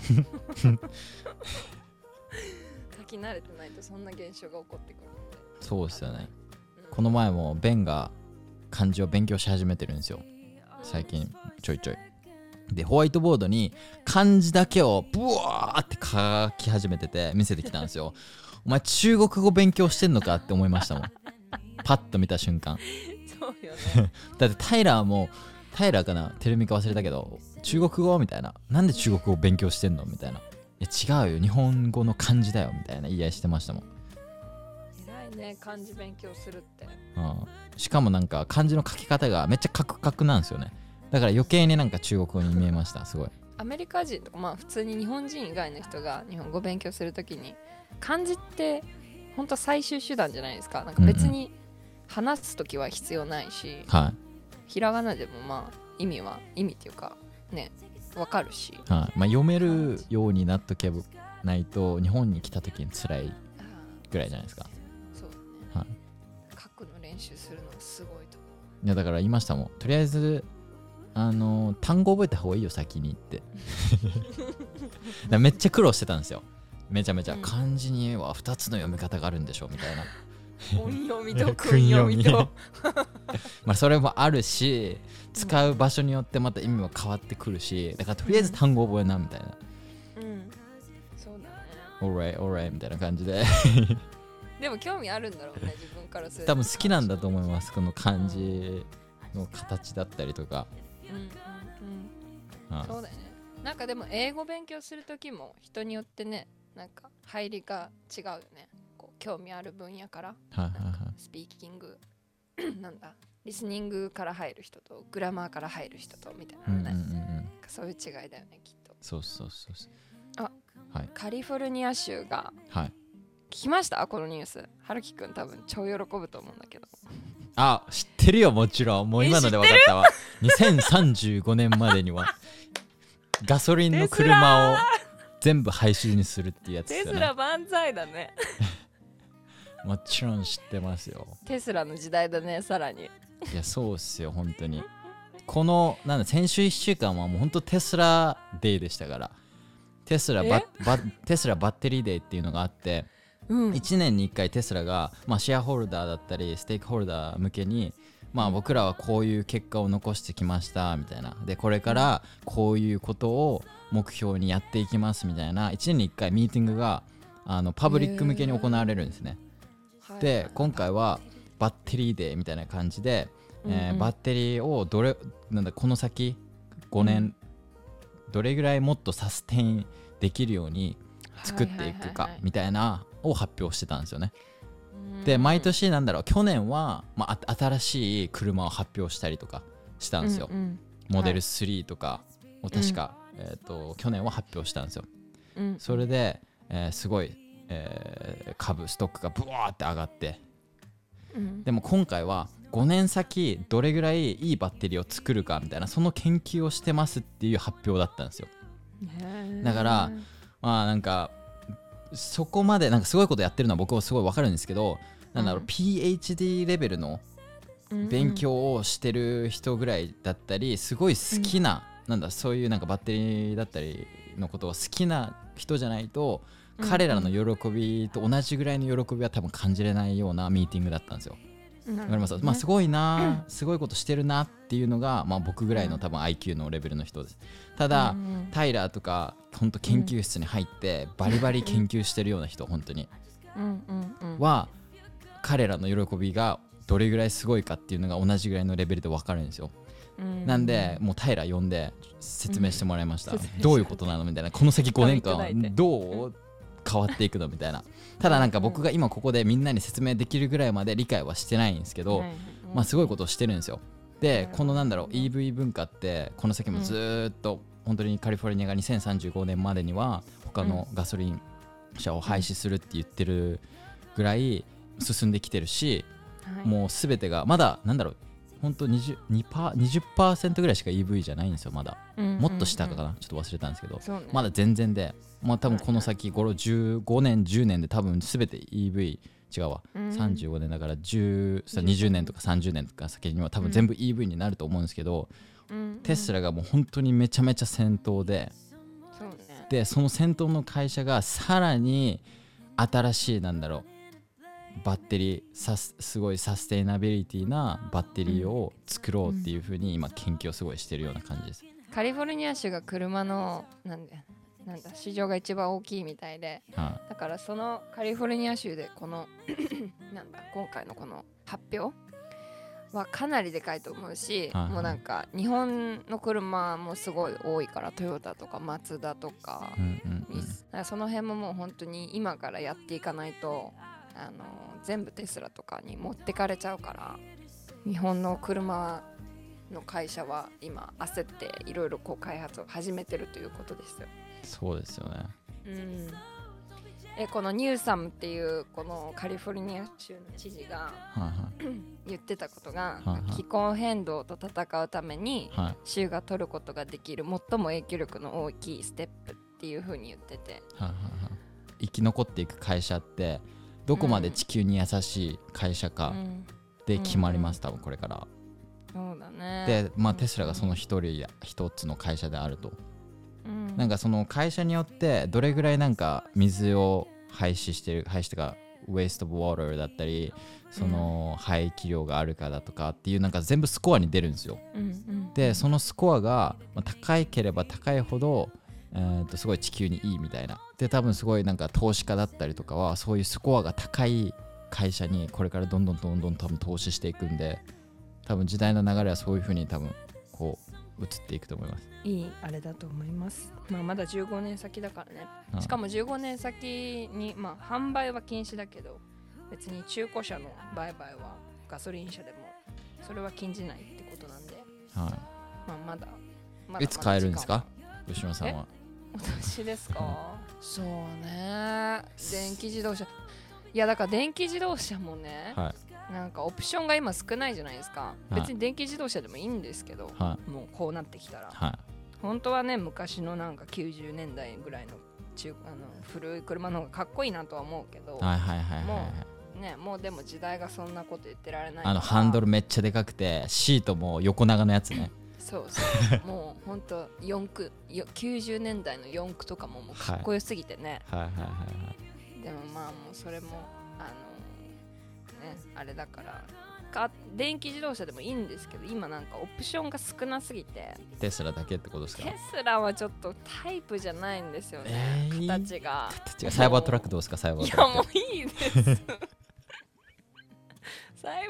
書き慣れてないとそんな現象が起こってくるので
そうですよね
うん
この前もベンが漢字を勉強し始めてるんですよ最近ちょいちょいでホワイトボードに漢字だけをブワーって書き始めてて見せてきたんですよお前中国語勉強してんのかって思いましたもんパッと見た瞬間
そう [LAUGHS] よね
だってタイラーもタイラーかなテルミか忘れたけど中国語みたいななんで中国語勉強してんのみたいないや違うよ日本語の漢字だよみたいな言い合いしてましたもん、
偉いね漢字勉強するって
うん、しかもなんか漢字の書き方がめっちゃカクカクなんですよねだから余計になんか中国語に見えましたすごい
アメリカ人とかまあ普通に日本人以外の人が日本語勉強するときに漢字って本当最終手段じゃないですかなんか別に話すときは必要ないし、
は
ひらがなでもまあ意味は意味っていうかねわかるし
い、はいまあ、読めるようになっとけばないと日本に来た時に辛い
あー
ぐらいじゃないですか
そうだ
は
ね、書くの練習するのはすごいと思う
いやだから言いましたもんとりあえずあの単語覚えた方がいいよ先にってだからめっちゃ苦労してたんですよめちゃめちゃ、
うん
漢字には2つの読み方があるんでしょみたいな [LAUGHS]
音読みと訓読みと
まあそれもあるし使う場所によってまた意味も変わってくるしだからとりあえず単語覚えなみたいな
うんそうだね
「オーレイオーレイ」みたいな感じで
でも興味あるんだろうね自分からすると
多分好きなんだと思いますこの漢字の形だったりとか、
うんうんうん
うん
そうだよねなんかでも英語勉強する時も人によってねなんか入りが違うよねこう興味ある分野から
はいはいはい
スピーキング [CLEARS THROAT] なんだリスニングから入る人とグラマーから入る人とみたいな
うん
の
うん
ね、
うんう
なん
ん
かそういう違いだよねきっと
そうそうそうそう
カリフォルニア州が
はい
聞きましたこのニュースはるきくん多分超喜ぶと思うんだけど
あ知ってるよもちろんもう今ので分かったわ2035年までにはガソリンの車を全部廃止にするっていうやつですよね
万歳だね
もちろん知ってますよ
テスラの時代だねさらに
いやそうっすよ本当にこのなんだ先週1週間はもう本当テスラデイでしたからテスラババテスラバッテリーデイっていうのがあって
うん
1年に1回テスラが、まあ、シェアホルダーだったりステークホルダー向けに、まあ、僕らはこういう結果を残してきましたみたいなでこれからこういうことを目標にやっていきますみたいな1年に1回ミーティングがあのパブリック向けに行われるんですね。
はい
で今回はバッテリーデーみたいな感じで、えー
うんうん
バッテリーをどれなんだこの先5年、どれぐらいもっとサステインできるように作っていくか
はいはいはいはい
みたいなを発表してたんですよね。
うん
で毎年なんだろう去年は、まあ、あ新しい車を発表したりとかしたんですよ。
うんうん
モデル3とかを確か、えー、と去年は発表したんですよ。
うん
それで、えーすごい、えー株ストックがブワーって上がって
うん
でも今回は5年先どれぐらいいいバッテリーを作るかみたいなその研究をしてますっていう発表だったんですよ。
ね
だからまあなんかそこまでなんかすごいことやってるのは僕はすごいわかるんですけどなんだろう、
うん
PhD レベルの
うんうん
勉強をしてる人ぐらいだったりすごい好きな,、なんだそういうなんかバッテリーだったりのことを好きな人じゃないと
うん
彼らの喜びと同じぐらいの喜びは多分感じれないようなミーティングだったんですよ。
うん
わかります、まあすごいなすごいことしてるなっていうのが、まあ、僕ぐらいの多分 IQ のレベルの人です。ただ、
うん
タイラーとか本当研究室に入ってバリバリ研究してるような人本当に
うんうんうん
は彼らの喜びがどれぐらいすごいかっていうのが同じぐらいのレベルで分かるんですよ。
うん
なんでもうタイラ呼んで説明してもらいました、
うん説明して
[LAUGHS] どういうことなのみたいなこの先5年
時間をいただいて
間どう変わっていくのみたいなただなんか僕が今ここでみんなに説明できるぐらいまで理解はしてないんですけど、
はい
まあすごいことをしてるんですよで
うん
このなんだろう EV 文化ってこの先もずーっと本当にカリフォルニアが2035年までには他のガソリン車を廃止するって言ってるぐらい進んできてるし、
はい
もう全てがまだなんだろう本当20 2パー20%ぐらいしか EV じゃないんですよまだもっと下かな、
うん
ちょっと忘れたんですけど
うんそうね
まだ全然でまあ多分この先頃15年10年で多分全て EV 違うわ
うん
35年だから10さ20年とか30年とか先には多分全部 EV になると思うんですけど、
うん
テスラがもう本当にめちゃめちゃ先頭で
そうね
でその先頭の会社がさらに新しいなんだろうバッテリーサスすごいサステイナビリティなバッテリーを作ろうっていうふうに今研究をすごいしてるような感じです。
カリフォルニア州が車のなんでなんだ市場が一番大きいみたいで
は
だからそのカリフォルニア州でこの [CLEARS THROAT] なんだ今回のこの発表はかなりでかいと思うし、
はいはい
もうなんか日本の車もすごい多いからトヨタとかマツダとか
い、うんうん
ミスだからその辺ももう本当に今からやっていかないとあの全部テスラとかに持ってかれちゃうから日本の車の会社は今焦っていろいろこう開発を始めてるということですよ。
そうですよね。
うん、えこのニューサムっていうこのカリフォルニア州の知事が
はい
言ってたことが、
はいはい
気候変動と戦うために
はいはい
州が取ることができる最も影響力の大きいステップっていうふうに言ってて、
はいはいはい生き残っていく会社ってどこまで地球に優しい会社
う
か
ん
で決まります多分これから。
そうだね
でまあテスラがその一人や一つの会社であると。
うん
なんかその会社によってどれぐらいなんか水を廃止してる廃止とかウェイストボー a ーだったりその排気量があるかだとかっていうなんか全部スコアに出るんですよ。
うんうん
でそのスコアがまあ高ければ高いほど、えーとすごい地球にいいみたいな。で多分すごいなんか投資家だったりとかはそういうスコアが高い会社にこれからどんどんどんどん多分投資していくんで多分時代の流れはそういうふうに多分こう移っていくと思います。
いいあれだと思います、まあ、まだ15年先だからね
うん
しかも15年先に、まあ、販売は禁止だけど別に中古車の売買はガソリン車でもそれは禁じないってことなんで、
はい
まあ、まだまだ
いつ買えるんですか吉野さんは
私ですかそうね電気自動車いやだから電気自動車もね、
はい
なんかオプションが今少ないじゃないですか、
はい
別に電気自動車でもいいんですけど
はい
もうこうなってきたら
は
本当はね昔のなんか90年代ぐらいの中あの古い車の方がかっこいいなとは思うけど、
いはいはいはいはいはい
もね、もうでも時代がそんなこと言ってられないから
あのハンドルめっちゃでかくてシートも横長のやつね
そうそうもう本当四駆よ90年代の四駆とかももうかっこよすぎてね、
はいはいはいはい
でもまあもうそれもあのねあれだからか電気自動車でもいいんですけど今なんかオプションが少なすぎて
テスラだけってことですか
テスラはちょっとタイプじゃないんですよね、
えー
形が。
違うサイバートラックどうですかサイバ
い
ート
や
ラ
も
ッ
ういいです。 [LAUGHS] サイバートラ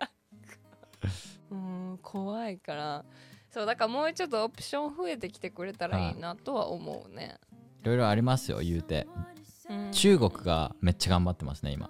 ック。うん怖いから。そうだからもうちょっとオプション増えてきてくれたらいいなとは思うね。
クいろいろありますよ言うて
うん
中国がめっちゃ頑張ってますね今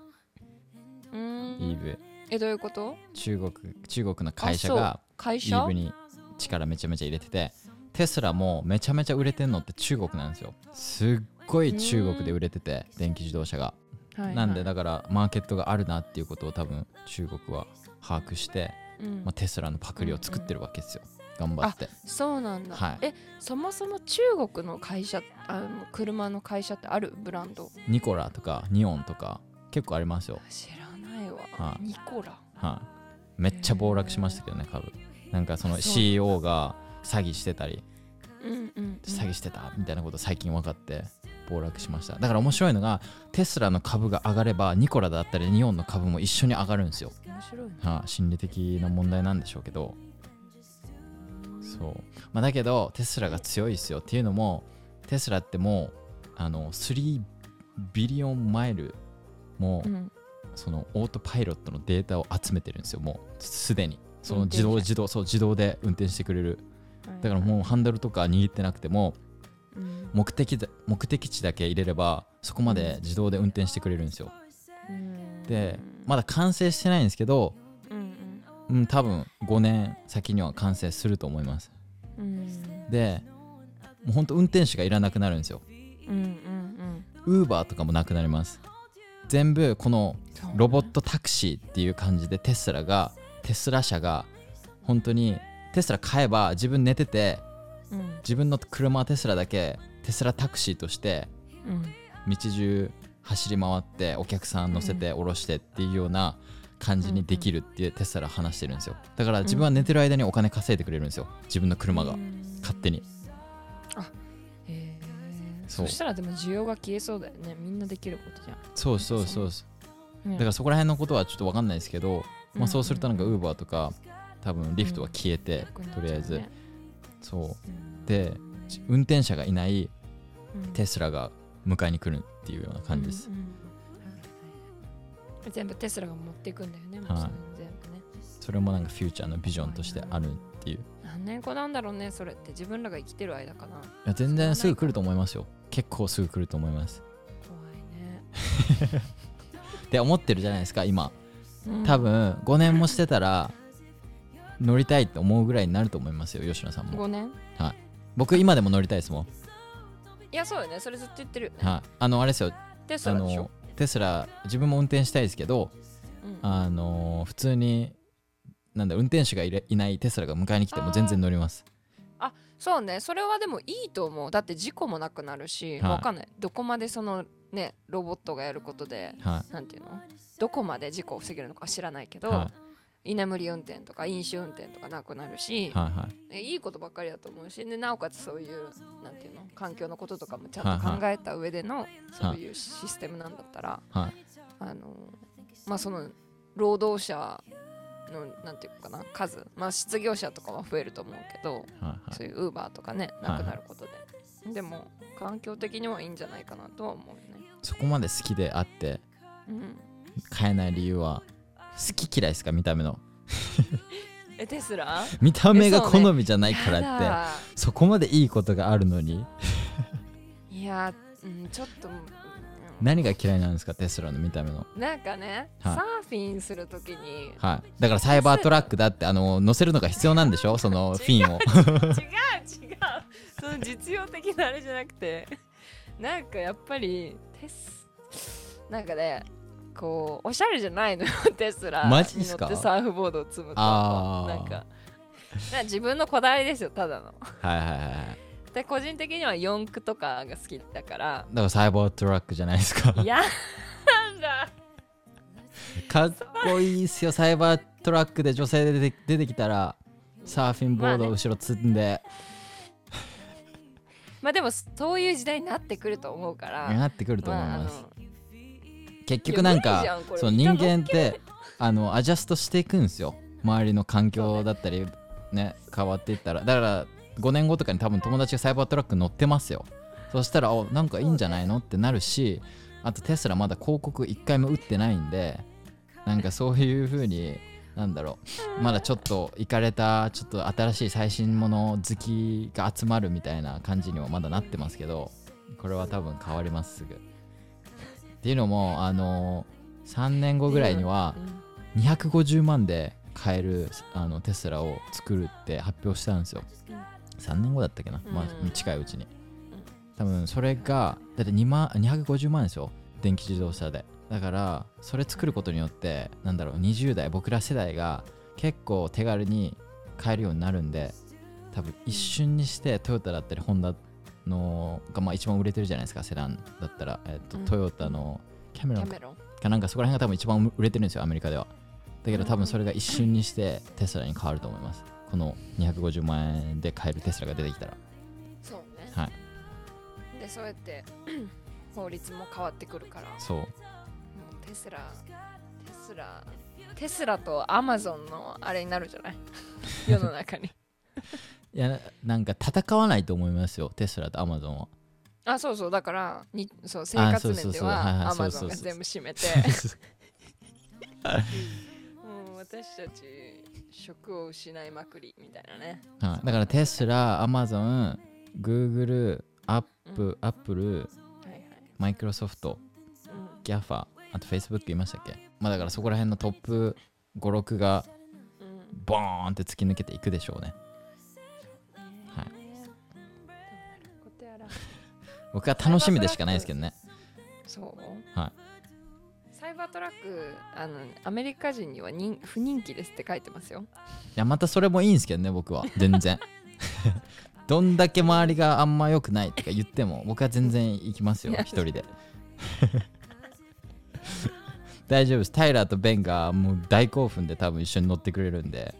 うん
EV
えどういうこと？
中国中国の会社が
あそう会社
EV に力めちゃめちゃ入れててテスラもめちゃめちゃ売れてんのって中国なんですよすっごい中国で売れてて電気自動車が
はいはい
なんでだからマーケットがあるなっていうことを多分中国は把握して、
うん
まあ、テスラのパクリを作ってるわけですよ頑張って
そうなんだ。
はい
えそもそも中国の会社あの車の会社ってあるブランド？
ニコラとかニオンとか結構ありますよ、
知らないわ。
はい
ニコラ。
はい、めっちゃ暴落しましたけどね株なんかそ
あ
の
そう
CEO が詐欺してたり
うんうんうん。
詐欺してたみたいなこと最近分かって暴落しましただから面白いのがテスラの株が上がればニコラだったりニオンの株も一緒に上がるんですよ、
面白いね
はあ、心理的な問題なんでしょうけどそう、まあ、だけどテスラが強いですよっていうのもテスラってもうあの3ビリオンマイルも
うん
そのオートパイロットのデータを集めてるんですよもうすでにその
運
自
転手
動自動そう自動で運転してくれるだからもうハンドルとか握ってなくても
うん
目的だ目的地だけ入れればそこまで自動で運転してくれるんですよ
うん
でまだ完成してないんですけど、
うん
うん、多分5年先には完成すると思います
うんうん
でもうほんと運転手がいらなくなるんですよ
うんうん
ウーバーとかもなくなります全部この
うん
ロボットタクシーっていう感じでテスラがテスラ社が本当にテスラ買えば自分寝てて
うん
自分の車はテスラだけテスラタクシーとして
うん
道中走り回ってお客さん乗せて降ろしてっていうような感じにできるってテスラ話してるんですよだから自分は寝てる間にお金稼いでくれるんですよ自分の車が勝手に
へえ
そ
そうしたらでも需要が消えそうだよねみんなできることじゃん
そうそうそうそう
ね
だからそこら辺のことはちょっと分かんないですけど、まあ、そうするとなんか
う
ウ
ん
ーバーとか多分リフトは消えてとりあえずそうでじ運転手がいないテスラが迎えに来るっていうような感じです、
うんうん全部テスラが持っていくんだよね、もう
はい
それ全部ね
それもなんかフューチャーのビジョンとしてあるっていうい
何年後なんだろうねそれって自分らが生きてる間かな
や全然すぐ来ると思いますよ結構すぐ来ると思います
怖いね、
って思ってるじゃないですか今
うん
多分5年もしてたら乗りたいって思うぐらいになると思いますよ吉野さんも
5年
僕今でも乗りたいですもん、
いやそうよねそれずっと言ってるよね、
はい、あのあれですよ
テス
あ
ラでしょ
のテスラ自分も運転したいですけど
うん
あの普通になんだ運転手がいれいないテスラが迎えに来ても全然乗ります
そうねそれはでもいいと思うだって事故もなくなるし、
はい
わかんないどこまでそのねロボットがやることで
は
なんていうのどこまで事故を防げるのか知らないけ
い
ど、
は
居眠り運転とか飲酒運転とかなくなるし
い、はいはい
ねいいことばっかりだと思うし、ね、なおかつそういうなんていうの環境のこととかもちゃんと考えた上でのそういうシステムなんだったら、
はい
あのまあその労働者のなんていうかな数、まあ、失業者とかは増えると思うけど、
はいはい
そういうウーバーとかね
はい
なくなることで、でも環境的にはいいんじゃないかなとは思うね、
そこまで好きであって
うん、
買えない理由は好き嫌いですか見た目の
えテスラ
見た目が
えそうね
好みじゃないからってそ,、
や
こまでいいことがあるのに
だいや、うん、ちょっと、うん
何が嫌いなんですかテスラの見た目の
なんかね、
はい
サーフィンするとき
[LAUGHS]
に
はいだからサイバートラックだってあの乗せるのが必要なんでしょそのフィンを
違う違うその実用的なあれじゃなくてなんかやっぱりテスなんかねこうおしゃれじゃないのよ [LAUGHS] テスラ
マジっすか
に乗ってサーフボードを積むと
あー
なんかなんか自分のこだわりですよただの
はいはいはいはい
で個人的には四駆とかが好きだから
だからサイバートラックじゃないですか [LAUGHS]
いやなんだ
かっこいいっすよサイバートラックで女性で出て出てきたらサーフィンボードを後ろ積んで、
まあでもそういう時代になってくると思うから
なってくると思い
ああ
ま
の
す、結局なん
いや無理じゃ
か
んこれ
そう人間ってあのアジャストしていくんですよ周りの環境だったりね変わっていったらだから5年後とかに多分友達がサイバートラック乗ってますよそしたらおなんかいいんじゃないのってなるしあとテスラまだ広告1回も打ってないんでなんかそういう風になんだろうまだちょっといかれたちょっと新しい最新もの好きが集まるみたいな感じにはまだなってますけどこれは多分変わりますすぐっていうのもあの3年後ぐらいには
うん
250万で買えるあのテスラを作るって発表したんですよ
うん
3年後だったっけな、ま
う
あ、
ん
近いうちに多分それがだって2万250万ですよ電気自動車でだからそれ作ることによってなんだろう20代僕ら世代が結構手軽に買えるようになるんで多分一瞬にしてトヨタだったりホンダのがまあ一番売れてるじゃないですかセダンだったら、えっと
うん
トヨタのキャメ
キ
ロン
ャ
か
メロン
かなんかそこら辺が多分一番売れてるんですよアメリカではだけど多分それが一瞬にしてテスラに変わると思いますこの250万円で買えるテスラが出てきたら
そうね
はい
ででそうやって [CLEARS THROAT] 法律も変わってくるからも
そう
うテスラテスラテスラとアマゾンのあれになるじ
[LAUGHS]
ゃない世の中に
いやなんか戦わないと思いますよテスラとアマゾンは
あそうそうだからにそう生
そ
活
うそうそう
面で
はいはい
はア
そうそう
マゾ
そう
ンが全部占めてもう私たち職を失いまくりみたいなね
[LAUGHS] はいだからテスラアマゾングーグルアップアップル
はいはい、
マイクロソフトギャファあとフェイスブックいましたっけまあだからそこら辺のトップ56が
うんうん
ボーンって突き抜けていくでしょうねはい僕は楽しみでしかないですけどね
そう
はい
サイバートラックあのアメリカ人には人不人気ですって書いてますよ
いやまたそれもいいんですけどね僕は全然 [LAUGHS] どんだけ周りがあんま良くないとか言っても僕は全然行きますよ
いや
一人で [LAUGHS] 大丈夫ですタイラーとベンがもう大興奮で多分一緒に乗ってくれるんで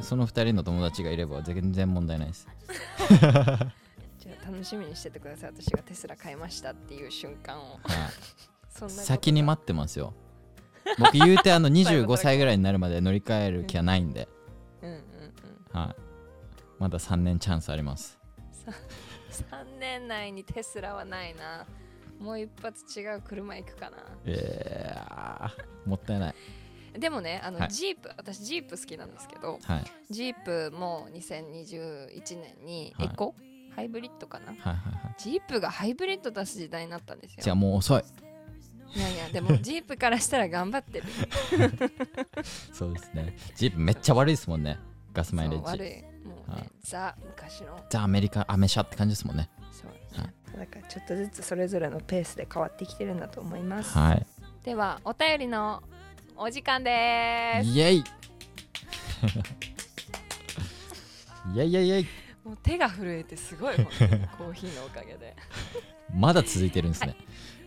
その二人の友達がいれば全然問題ないです
じゃあ楽しみにしててください私がテスラ買いましたっていう瞬間を
はい
そんなことが
先に待ってますよ僕言うてあの
[LAUGHS] 最後
25歳ぐらいになるまで乗り換える気はないんで、
うんうんうん
はい、まだ3年チャンスあります
3年内にテスラはないなもう一発違う車行くかな
えー、もったいない、
でもねあの、
はい
ジープ私ジープ好きなんですけど
はい、はい
ジープも2021年に
はい
エコ、ハイブリッドかな
はいはい
ジープがハイブリッド出す時代になったんです
じゃ
よ
あもう遅い
いやいやでもジープからしたら頑張っ
[LAUGHS]
てる
そうですねジープめっちゃ悪いですもんねガスマイレ
そう悪
ー
い
ジ
もう
は
ね
い
ザ昔の
ザ・アメリカアメ車って感じですもんね
そう
はい
だからちょっとずつそれぞれのペースで変わってきてるんだと思います
はい
ではお便りのお時間です
イ [LAUGHS] エイいやいやいやい
もう手が震えてすごい本当にコーヒーのおかげで
まだ続いてるんですね、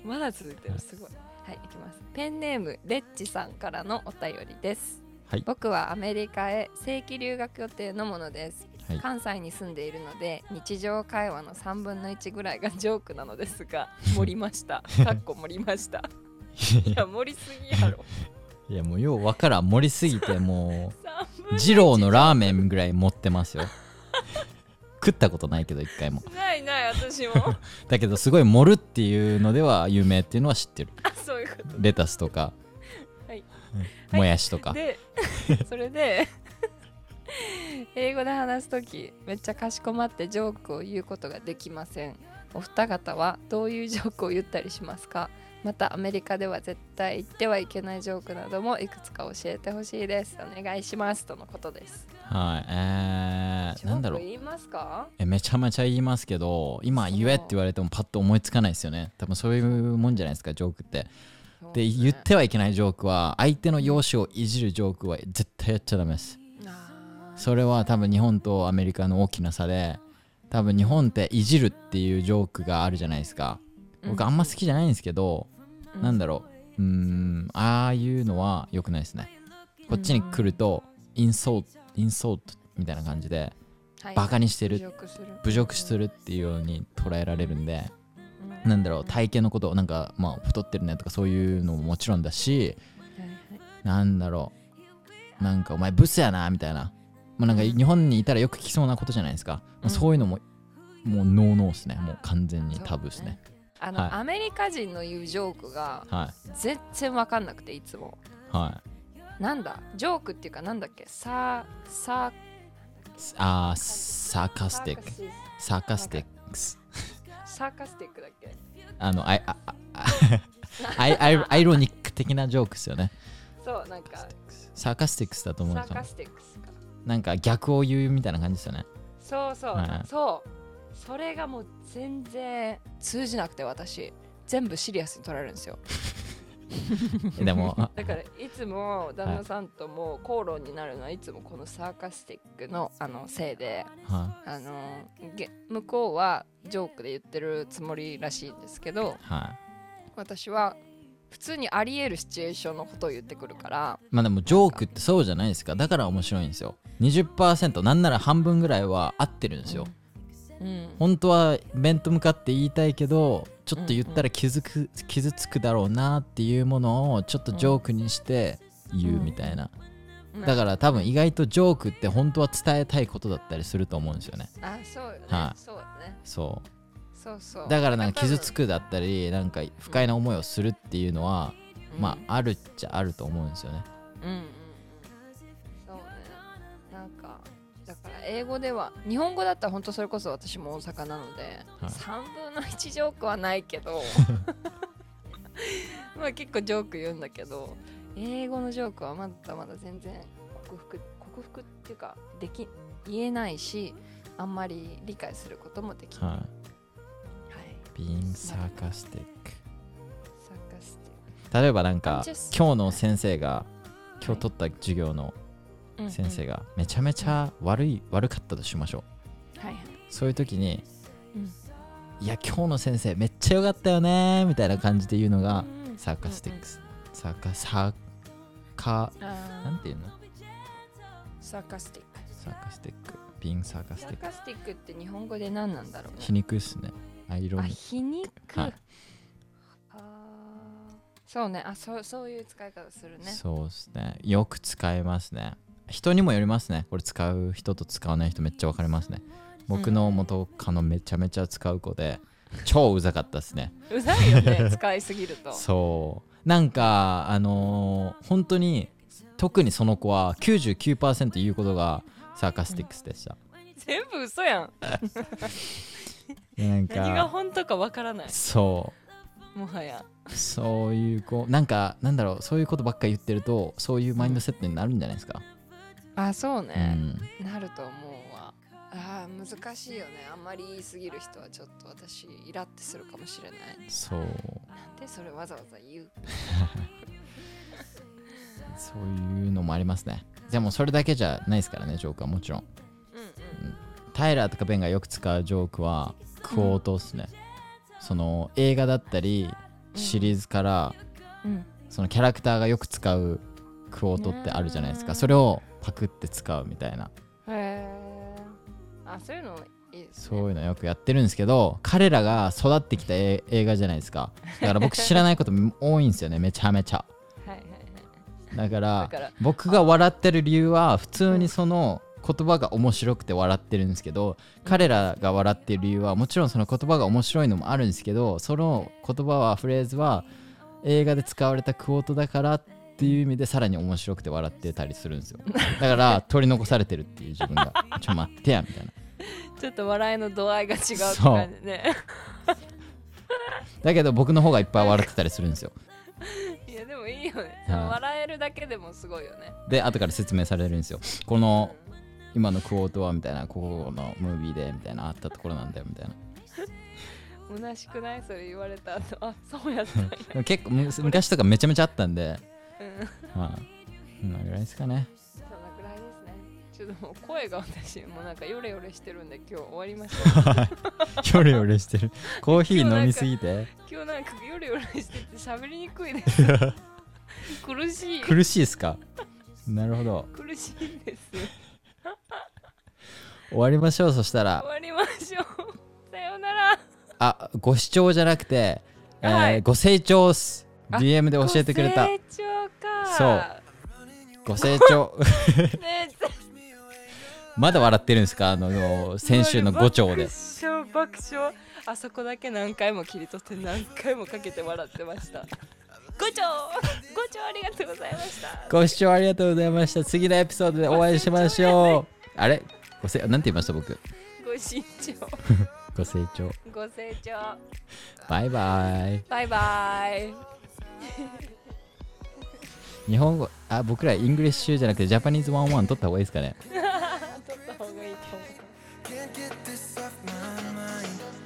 まだ続いてるすごいはいいきますペンネームレッチさんからのお便りです
はい
僕はアメリカへ正規留学予定のものです、
はい
関西に住んでいるので日常会話の3分の1ぐらいがジョークなのですが盛りましたかっこ盛りましたいや盛りすぎやろ
[LAUGHS] い、やもうようわからん盛りすぎてもう
3分
二郎のラーメンぐらい持ってますよ食ったことないけど一回も
ないない私も
だけどすごい盛るっていうのでは有名っていうのは知ってる
あそういうこ
レタスとか、
はい
もやしとか、
と
[LAUGHS]
でそれで英語で話す時めっちゃかしこまってジョークを言うことができませんお二方はどういうジョークを言ったりしますかまたアメリカでは絶対言ってはいけないジョークなどもいくつか教えてほしいですお願いしますとのことです
はいえー、なんだろう
ジョーク言いますか
えめちゃめちゃ言いますけど今
そう
言えって言われてもパッと思いつかないですよね多分そういうもんじゃないですかジョークってで言ってはいけないジョークは相手の容姿をいじるジョークは絶対やっちゃダメです
あー
それは多分日本とアメリカの大きな差で多分日本っていじるっていうジョークがあるじゃないですか僕あんま好きじゃないんですけど、
うん
なんだろううーんああいうのは良くないですねこっちに来るとインソートインソートみたいな感じで
はい
バカにして
侮
る
辱する
侮辱するっていうように捉えられるんで
うん
なんだろう体型のことなんかまあ太ってるねとかそういうのももちろんだし
はいはい
なんだろうなんかお前ブスやなみたいな,、まあ、なんか
うん
日本にいたらよく聞きそうなことじゃないですか、まあ
うん
そういうのももうノーノーですねもう完全に
そう
タブーですね
あの、
はい
アメリカ人の言うジョークが
は
全然わかんなくていつも
いはい
なんだジョークっていうかなんだっけささ
あーサーカスティックサーカスティックス
サーカスティックだっけ
あのアイあああアイアイアイロニック的なジョークですよね
そうなんか
サーカスティックスだと思うんです
サー
よ
カスティックスか
なんか逆を言うみたいな感じですよね
そうそう、
はい
そうそれがもう全然通じなくて私全部シリアスに取られるんですよ
でもあ
だからいつも旦那さんとも口論になるのはいつもこのサーカスティックのあのせいで
は
あのげ向こうはジョークで言ってるつもりらしいんですけど
いはい
私は普通にあり得るシチュエーションのことを言ってくるから
まあでもジョークってそうじゃないですかだから面白いんですよ20%なんなら半分ぐらいは合ってるんですよ
うん
本当は面と向かって言いたいけどちょっと言ったら傷く、傷つくだろうなっていうものをちょっとジョークにして言うみたいな、だから多分意外とジョークって本当は伝えたいことだったりすると思うんですよね
あそうよね、
はい
そうよね
そ
そうそうう
だからなんか傷つ
く、
くだったりなんか不快な思いをするっていうのは、
うん
まああるっちゃあると思うんですよね
うんうんうんそうねなんかだから英語では日本語だったら本当それこそ私も大阪なので、
はい
3分の1ジョークはないけど [LAUGHS] まあ結構ジョーク言うんだけど英語のジョークはまだまだ全然克服克服っていうかでき言えないしあんまり理解することもできない、は
はい「
い、
ビンサーカスティック
参加して」
例えばなんか
Just-
今日の先生が今日取った授業の
うんうん
先生がめちゃめちゃ悪い悪かったとしましょう
はいはい
そういう時に、
うん
いや今日の先生めっちゃ良かったよねみたいな感じで言うのが、
うん
サーカスティックス、サーカサーカ
うんあ
なん
ー
ていうの
サーカスティック
サーカスティックピンサーカス
サ
ティ
ー
ック
カスティックって日本語で何なんだろう
皮
ね
肉っすねアイロ
あ
ニー
皮肉、
はい
あーそうねあそうそういう使い方するね
そうですねよく使いますね人にもよりますねこれ使う人と使わない人めっちゃ分かれますね僕の元カノめちゃめちゃ使う子で超うざかったですね
うざいよ
[LAUGHS]
ね使いすぎると
そうなんかあのー本当に特にその子は99%言うことがサーカスティックスでした、
全部嘘やん
でなん
何が
か
本当かわからない
そ
もはや
うそういう子なんかなんだろうそういうことばっか言ってるとそういうマインドセットになるんじゃないですか、
あそう
う
ね、
ん、
なると思うわあー難しいよねあんまり言いすぎる人はちょっと私イラってするかもしれない
そう
なんでそれわざわざ言う
そういうのもありますねでもそれだけじゃないですからねジョークはもちろん
うんうん
タイラーとかベンがよく使うジョークはクォートっすね、その映画だったりシリーズから、
うん
そのキャラクターがよく使うクォートってあるじゃないです
う
か
ん
それをパクって使うみたいな
へえあそういうのいいですね
そういうのよくやってるんですけど彼らが育ってきたえ映画じゃないですかだから僕知らないことも多いんですよねめちゃめちゃ
はいはいはい
だか
だ
ら
から
僕が笑ってる理由は普通にその言葉が面白くて笑ってるんですけど彼らが笑ってる理由はもちろんその言葉が面白いのもあるんですけどその言葉はフレーズは映画で使われたクォートだからっていう意味でさらに面白くて笑ってたりするんですよだから取り残されてるっていう自分がちょ待ってやみたいな
ちょっと笑いの度合いが違うって
そう
感じね。 [LAUGHS]
だけど僕の方がいっぱい笑ってたりするんですよ
いやでもいいよね。
はい
笑えるだけでもすごいよね。
で後から説明されるんですよこの今のクォートはみたいなここのムービーでみたいなあったところなんだよみたいな
虚しくないそれ言われた後、あそ
[LAUGHS]
うやったんや。
でも結構む昔とかめちゃめちゃあったんで、
うん。
まあ、そんなぐらいですかね。 [LAUGHS]
そんなぐらいですね。ちょっともう声が私もうなんかヨレヨレしてるんで今日終わりましょう。
ヨレヨレ
[LAUGHS]
してる。コーヒー飲みすぎて
今日なんかヨレヨレしてて喋りにくい
[LAUGHS]
です。苦しい。
苦しいですかなるほど。
苦しいんです。
終わりましょう。そした
終
ら、
わりましょう。さようなら。
あ、ご視聴じゃなくて、えー
はい
ご成長っす。
あ
DM で教えてくれた
ご。成長か。
ご成長。
う。ねえ。
[LAUGHS] まだ笑ってるんですかあの、先週の5兆で。
爆笑爆笑あそこだけ何回も切り取って何回もかけて笑ってましたごちょうごちょうありがとうございました
ご視聴ありがとうございました。次のエピソードでお会いしましょう。あれごせなんて言いました僕。
ご身長
ご成長。
ご成長
バイバイ。
バイバイ
日本語あ僕らイングリッシュじゃなくてジャパニーズ101取った方がいいですかね
撮った方がいいと思う
Can't get this off my mind.